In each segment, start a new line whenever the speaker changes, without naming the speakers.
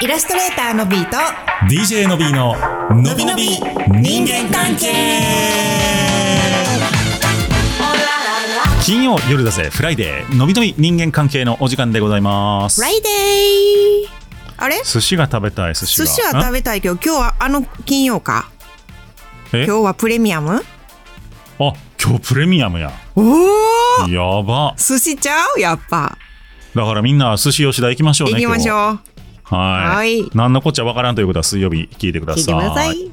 イラストレーターのビーと
DJ のびーののびのび人間関係金曜夜だぜフライデーのびのび人間関係のお時間でございます
ライデーあれ
寿司が食べたい寿司
寿
が
司は食べたいけど今日はあの金曜か
べ
今日はプレミアム
あ今日プレミアムや
おお
やば
寿司ちゃうやっぱ
だからみんな寿司吉田行きましょうね
行きまし
う
ょう
はい
はい
何のこっちゃわからんということは水曜日聞いてくだ
聞
さ
いてください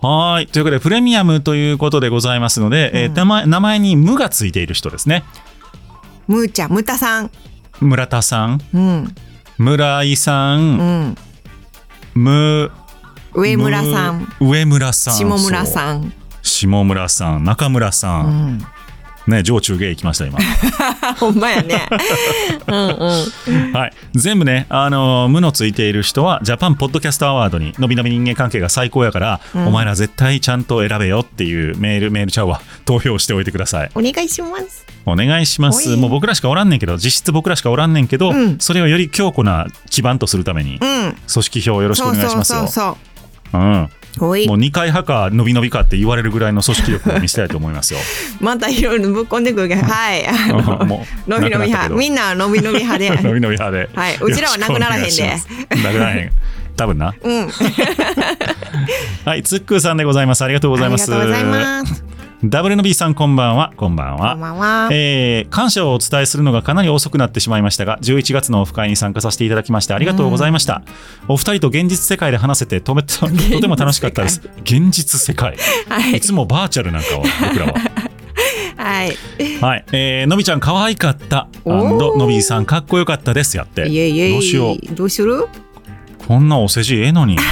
はーい。ということで、プレミアムということでございますので、えー名前名前に無がついている人ですね。
むーちゃんむたさん
村田さん、
うん
村井さ、
うんん
む、
上村さん
む。上村さん。
下村
ん。
さん
下村さん、中村さ。
うんん
ね、上中下行きまし た、今。
ほんまや ねうんうん
はい。全部ね、あのー無のついている人は、ジャパンポッドキャストアワードに、のびのび人間関係が最高やから、お前ら絶対ちゃんと選べよっていうメール、メールちゃうわ。投票しておいてください。
お願いします
お願いしま
お
す。
い
もう僕らしかおらんねんけど、実質僕らしかおらんねんけど、
うん
それをより強固な基盤とするために、
うん
組織票をよろしくお
そう
願いし
そう
ますよ。
そうそう
うん、
おい
もう2回派か、伸び伸びかって言われるぐらいの組織力を見せたいと思い ますよ。
またいろいろぶっこんでくるけどはいあ
うん
の
もう
のびのび
なくなったけ
派
ど
みんなのびのび派で
伸び伸び派で。
はいうちらはなくならへんで
よろしくお願いしますなくならへん。多分な。
うん
はい、つっくーさんでございます。ありがとうございます。
ありがとうございます。
ダブルの B さん、こんばんは。こんばん
こ
は
ん。ばんは。
えー感謝をお伝えするのがかなり遅くなってしまいましたが11月のオフ会に参加させていただきましてありがとうございました、お二人と現実世界で話せてとめとても楽しかった です現実世界
はい
いつもバーチャルなんかは僕らは
はい。
はい、えーのびちゃん可愛かった
おー
のびーさんかっこよかったですやって
いえいえい
どうしよ
う。どうする？
うこんなお世辞ええのに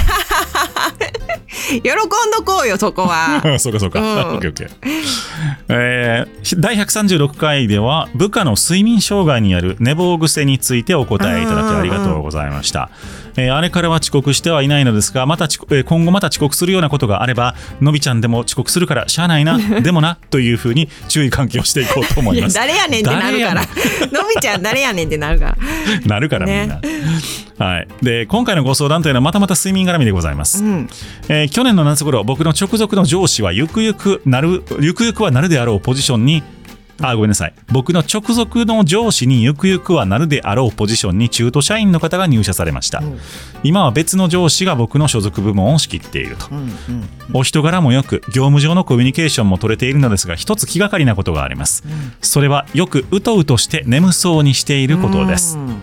喜んどこうよ そこは。
そうかそうか、
うん
オッケーオッケーえー第136回では部下の睡眠障害にある寝坊癖についてお答えいただきありがとうございました、えーあれからは遅刻してはいないのですがまた遅刻、えー今後また遅刻するようなことがあればのびちゃんでも遅刻するからしゃあないなでもなというふうに注意喚起をしていこうと 思
い
い
や
ます
誰やねんってなるから。のびちゃん誰やねんってなるから。
なるからみんな、はい、で今回のご相談というのはまたまた睡眠絡みでございます
う、ん。
えー去年の夏頃僕の直属の上司はゆくゆくなるゆくゆくはなるであろうポジションにあごめんなさい僕の直属の上司にゆくゆくはなるであろうポジションに中途社員の方が入社されました、
ん
今は別の上司が僕の所属部門を仕切っていると
うんうん。
お人柄もよく業務上のコミュニケーションも取れているのですが一つ気がかりなことがあります、それはよくうとうとして眠そうにしていることです
うん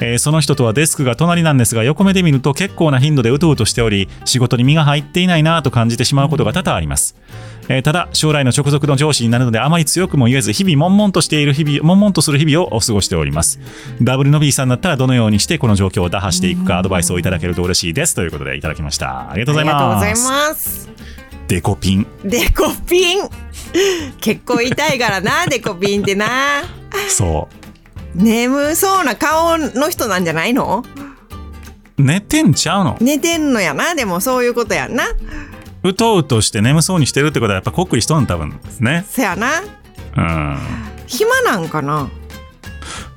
えーその人とはデスクが隣なんですが横目で見ると結構な頻度でうとうとしており仕事に身が入っていないなぁと感じてしまうことが多々あります、えーただ将来の直属の上司になるのであまり強くも言えず日々悶々としている日々悶々とする日々をお過ごしておりますダブルの B さんだったらどのようにしてこの状況を打破していくかアドバイスをいただけると嬉しいですということでいただきましたありがとう
あ
ござ
り
います
がとうございます。
デコピン
デコピン。結構痛いからなデコピンってな。
そ
眠そうな顔の人なんじゃないの？
う寝てんちゃうの
寝てんのやなでもそういうことやんな。
うとうとして眠そうにしてるってことはやっぱこっくりしとん多分ね
そやな。
うん
暇なんかな。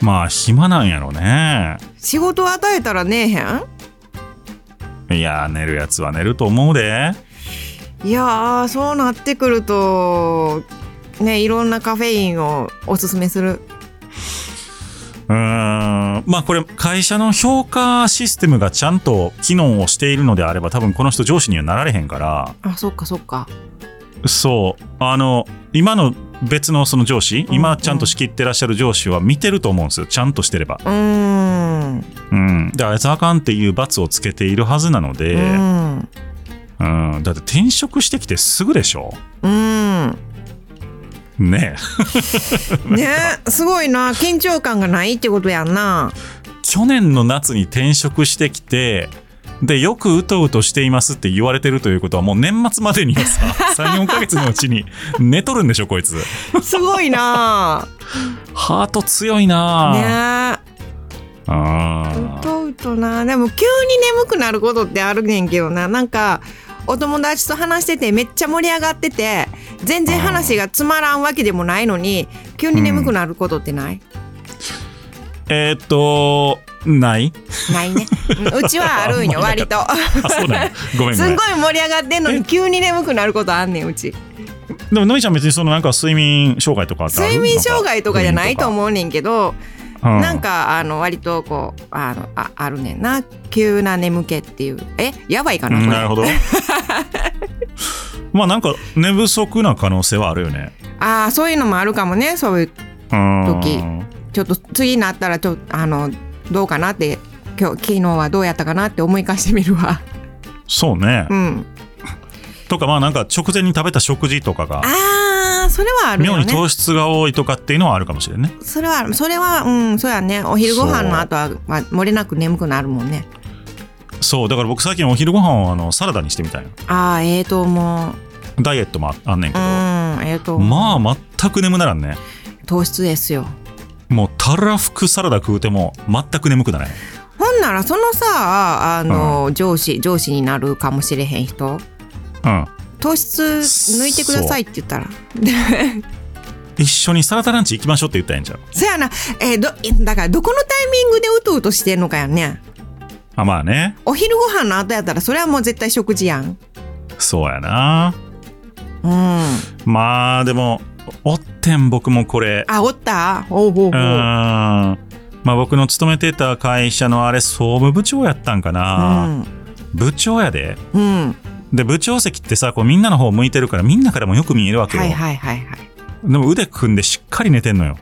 まあ暇なんやろね
仕事を与えたらねえへん。
いやー寝るやつは寝ると思うで
いやーそうなってくるとねいろんなカフェインをおすすめする
うーんまあこれ会社の評価システムがちゃんと機能をしているのであれば多分この人上司にはなられへんから
あそっかそっか
そうあの今の別のその上司
ん
今ちゃんと仕切ってらっしゃる上司は見てると思うんですよちゃんとしてれば
うーん、
うんであいつあかんっていう罰をつけているはずなので
うん
うんだって転職してきてすぐでしょ
うん
ねえ
ねすごいな緊張感がないってことやんな
去年の夏に転職してきてでよくうとうとしていますって言われてるということはもう年末までにはさ 34ヶ月のうちに寝とるんでしょこいつ
すごいな
ハート強いな
ね
あ
う
ー
とうとなでも急に眠くなることってあるねんけどななんかお友達と話しててめっちゃ盛り上がってて全然話がつまらんわけでもないのに急に眠くなることってない、
えーっとない
ないね。うんうちはあるんよ、
あんま
割
りな
と。
あそ うなんやごめん
す
ご
ん
めん
ごい盛り上がってんのに急に眠くなることあんねんうち
でものりちゃん別にそのなんか睡眠障害とかってある
睡眠障害とかじゃないと
う
思うねんけど
な
なんん
か
かあの割とこうあのああるねんな急な眠気っていうえやばいか
う
なこ
ん
れ
な るほどまあなんか寝不足な可能性はあるよね
ああそういうのもあるかもねそういう
うん
時ちょっと次になったらちょっとあのどうかなって今日昨日はどうやったかなって思い返してみるわ
そうね、
うん
とかまあなんか直前に食べた食事とかが
あーそれはある
妙
よ
に
ね
糖質が多いとかっていうのはあるかもしれないね
それはあるそれはうんそうやねお昼ご飯の後は、まあ、漏れなく眠くなるもんね
そうだから僕最近お昼ご飯をあのサラダにしてみたいな
ああええと思う
ダイエットもああんねんけ
う
ど、
んええと思う
まあ全く眠ならんね
糖質ですよ
もうたらふくサラダ食うても全く眠くならない
ほんならそのさあの、上司上司になるかもしれへん人
うん
糖質抜いてくださいって言ったら
一緒にサラダランチ行きましょうって言ったらええんちゃう
そやな、えーどだからどこのタイミングでうとうとしてんのかやんね
あまあね
お昼ご飯の後やったらそれはもう絶対食事やん
そうやな
うん
まあでもおってん僕もこれ
あおったおうおうおう
うーんまあ僕の勤めてた会社のあれ総務部長やったんかな、部長やで
うん、うん、
で部長席ってさこうみんなの方向いてるからみんなからもよく見えるわけよ、
はいはいはいはい
でも腕組んでしっかり寝てん のよ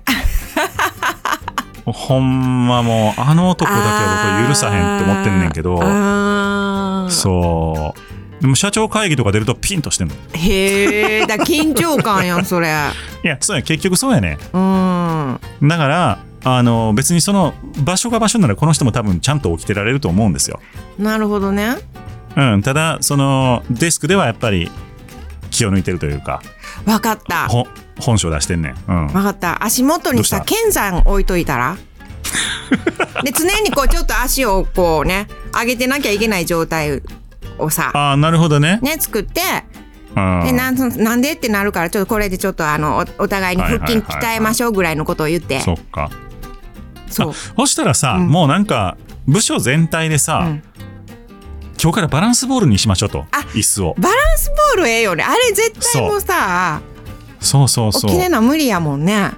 ほんまもうあの男だけは僕許さへんと思ってんねんけど
あー
そうでも社長会議とか出るとピンとしてんの
へえだから緊張感やんそれ
いやそうや結局そうやね
うん
だからあの別にその場所が場所ならこの人も多分ちゃんと起きてられると思うんですよ、
なるほどね
うん、ただそのデスクではやっぱり気を抜いてるというか
わかった
ほ本性出してんねん、うん、
わかった足元にさ
どう
剣山置いといた らで常にこうちょっと足をこうね上げてなきゃいけない状態をさ
ああなるほどね
ね作って
うん
でなんそのなんでってなるからちょっとこれでちょっとあのおお互いに腹筋
はいはいはいは
鍛
い
えましょうぐらいのことを言って、
そっか
そう
そしたらさ、
うん
もうなんか部署全体でさ、
うん
今日からバランスボールにしましょうと
あ
椅子を
バランスボールええよねあれ絶対もうさ
そうそう
起
そ
きれ
う
な無理やもんね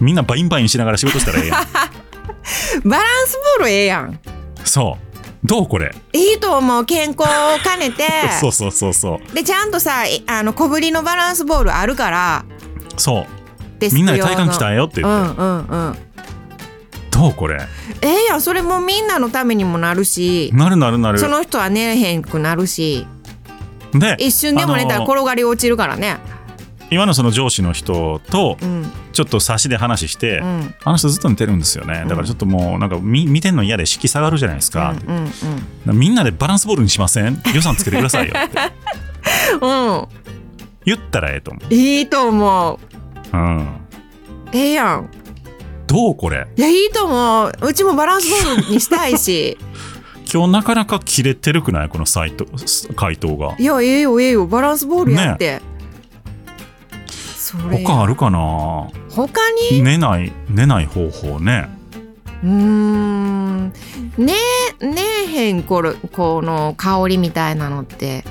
みんなバインバインしながら仕事したらええ やん
バランスボールええやん
そうどうこれ、
いいと思う健康を兼ねて
そうそうそうそう
でちゃんとさいあの小ぶりのバランスボールあるから
そ
で
うみんなで体幹鍛
え
えようって
う
言っ
ん
て、
うんうん
どうこれ
ええやんそれもみんなのためにもなるし
なるなるなる
その人は寝れへんくなるし
で
一瞬でも寝た
あ
ら
の
転がり落ちるからね
今のその上司の人と
うん
ちょっと差しで話して、
うん
あの人ずっと寝てるんですよねだからちょっともうなんか見見てんの嫌で士気下がるじゃないです
うん
か、
うんうん
みんなでバランスボールにしません予算つけてくださいよって
うん
言ったらええと思
いいと思う
う、うん、
ええやん
どうこれ
いやいいと思ううちもバランスボールにしたい し
今日なかなか切れてるくないこのサイトす回答が
いやええよええよバランスボールやって、それ
他あるかな
他に
寝ない寝ない方法ね
うーんねえねえへんこれこの香りみたいなのって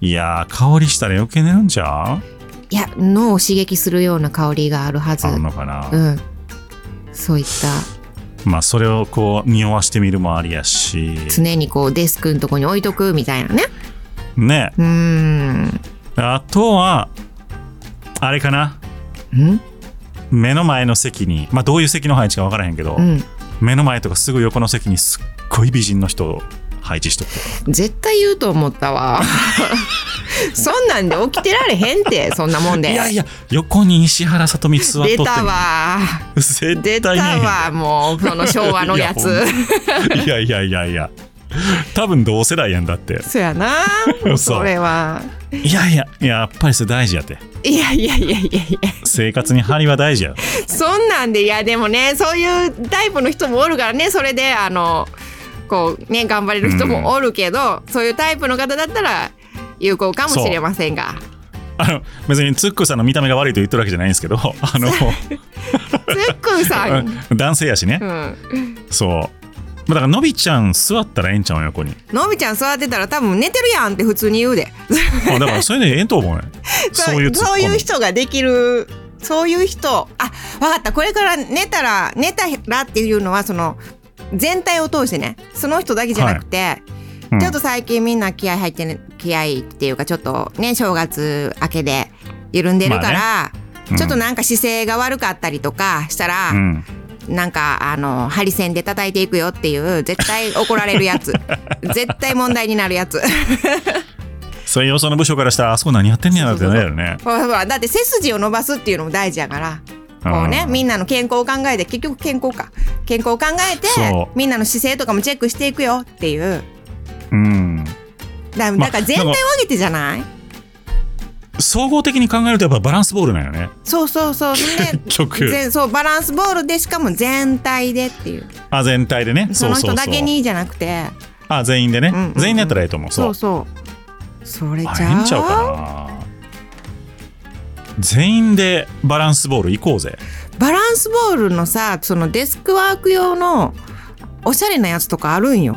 いやー香りしたら余計寝るんちゃう
いや脳を刺激するような香りがあるはず
あるのかな、
うんそういった
まあそれをこう匂わしてみるもありやし
常にこうデスクのとこに置いとくみたいなね
ね
うーんん
あとはあれかな目の前の席にまあどういう席の配置か分からへんけど、
うん
目の前とかすぐ横の席にすっごい美人の人を配置しとく
絶対言うと思ったわ そんなんで起きてられへんってそんなもんで
いやいや横に石原さとみ座っとっ
出
ても
たわ出
絶
た
対ね
わもうその昭和のや
いや
つ
いやいやいやいや多分同世代やんだって
そやな
嘘
それはい
やいややっぱりそれ大事やって
いやいやいやいやいや
生活に張りは大事や
そんなんでいやでもねそういうタイプの人もおるからねそれであのこうね頑張れる人もおるけど、そういうタイプの方だったら有効かもしれませんが
あの別にツックーさんの見た目が悪いと言ってるわけじゃないんですけどあの
つっくんさん、
男性やしね
うん、
そうまあだからのびちゃん座ったらええんちゃうん横に
のびちゃん座ってたら多分寝てるやんって普通に言うで
あだからそういうのええと思 うねそういうツッ
そう
コミ
いう人ができるそういう人あわかったこれから寝たら寝たらっていうのはその全体を通してねその人だけじゃなくて、
うん
ちょっと最近みんな気合入ってね気合っていうかちょっとね正月明けで緩んでるから、
うん
ちょっとなんか姿勢が悪かったりとかしたら、
うん
なんかあのハリセンで叩いていくよっていう絶対怒られるや つ絶対問題になるやつ
そういう要素の部署からしたらあそこ何やってんねやなってなるよね
ほらほらだって背筋を伸ばすっていうのも大事やからこうねみんなの健康を考えて結局健康か健康を考えて
そう
みんなの姿勢とかもチェックしていくよっていう
うん
だ
ま
だから全体を上げてじゃない、
総合的に考えるとやっぱバランスボールなんよね
そうそう そうね
局
全そうバランスボールでしかも全体でっていう
あ全体でね
そ
そう
の
そ
人
う
だ
そう
けにじゃなくて
あ全員でね、
うんうんうん
全員でやったらええと思うそう
そうそうそれじ
あえ
ゃ
えんちゃう
あ
かな全員でバランスボール行こうぜ
バランスボールのさそのデスクワーク用のおしゃれなやつとかあるんよ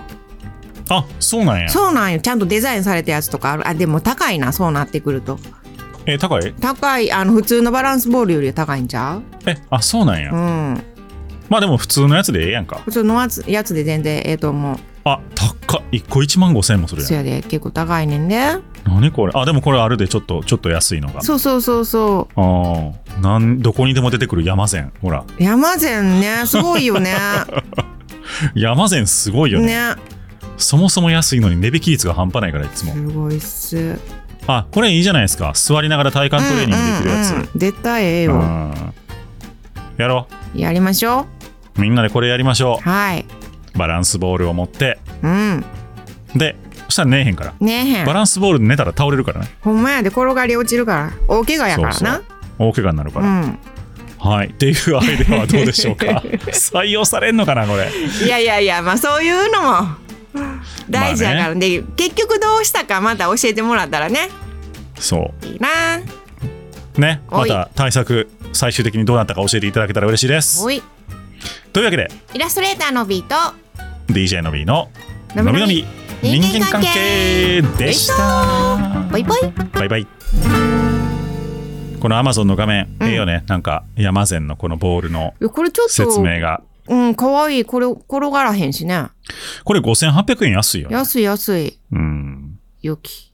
あそうなんや
そうなんよちゃんとデザインされたやつとかあるあでも高いなそうなってくると
え高い
高いあの普通のバランスボールよりは高いんちゃう
えあそうなんや、
うん
まあでも普通のやつでええやんか
普通のやつやつで全然ええと思う
あ高っ1個1万5千円もするやん
そやで結構高いねんね
何これあでもこれあるでちょっとちょっと安いのが
そうそうそうそ
あーなんどこにでも出てくる山膳ほら
う山膳ねすごいよね
山膳す ごいよね
ね
そもそも安いのに値引き率が半端ないからいつも
すごいっす
あこれいいじゃないですか座りながら体幹トレーニングできるやつ、
うんうんうん絶対ええ
う
よ
んやろ
やりましょ
うみんなでこれやりましょ
うはい
うん、バランスボールを持って
うん
でそしたら寝えへんから
ねえへん
バランスボールで寝たら倒れるからね
ほんまやで転がり落ちるから大怪我やから
そう
な
大怪我になる
う
から、はいっていうアイデアはどうでしょうか 採用されんのかなこれ
んいやいやいやまあそういうのも大事やから、で結局どうしたかまた教えてもらったらね
そう
いいな
ね、ま
おい
た対策最終的にどうなったか教えていただけたら嬉しいです
おい
というわけで
イラストレーターのビート
DJ のびの「
の
の
び
びの
の
び
び
人
人
間
間
関
関
係
係」
でした
ぽいぽい
バイバイこの Amazon の画面、
うん
ええよねなんか山善のこのボールの
いやこれちょっと
説明が
うん可愛いこれ転がらへんしね
これ5800円安いよね
安い安い
うん
良き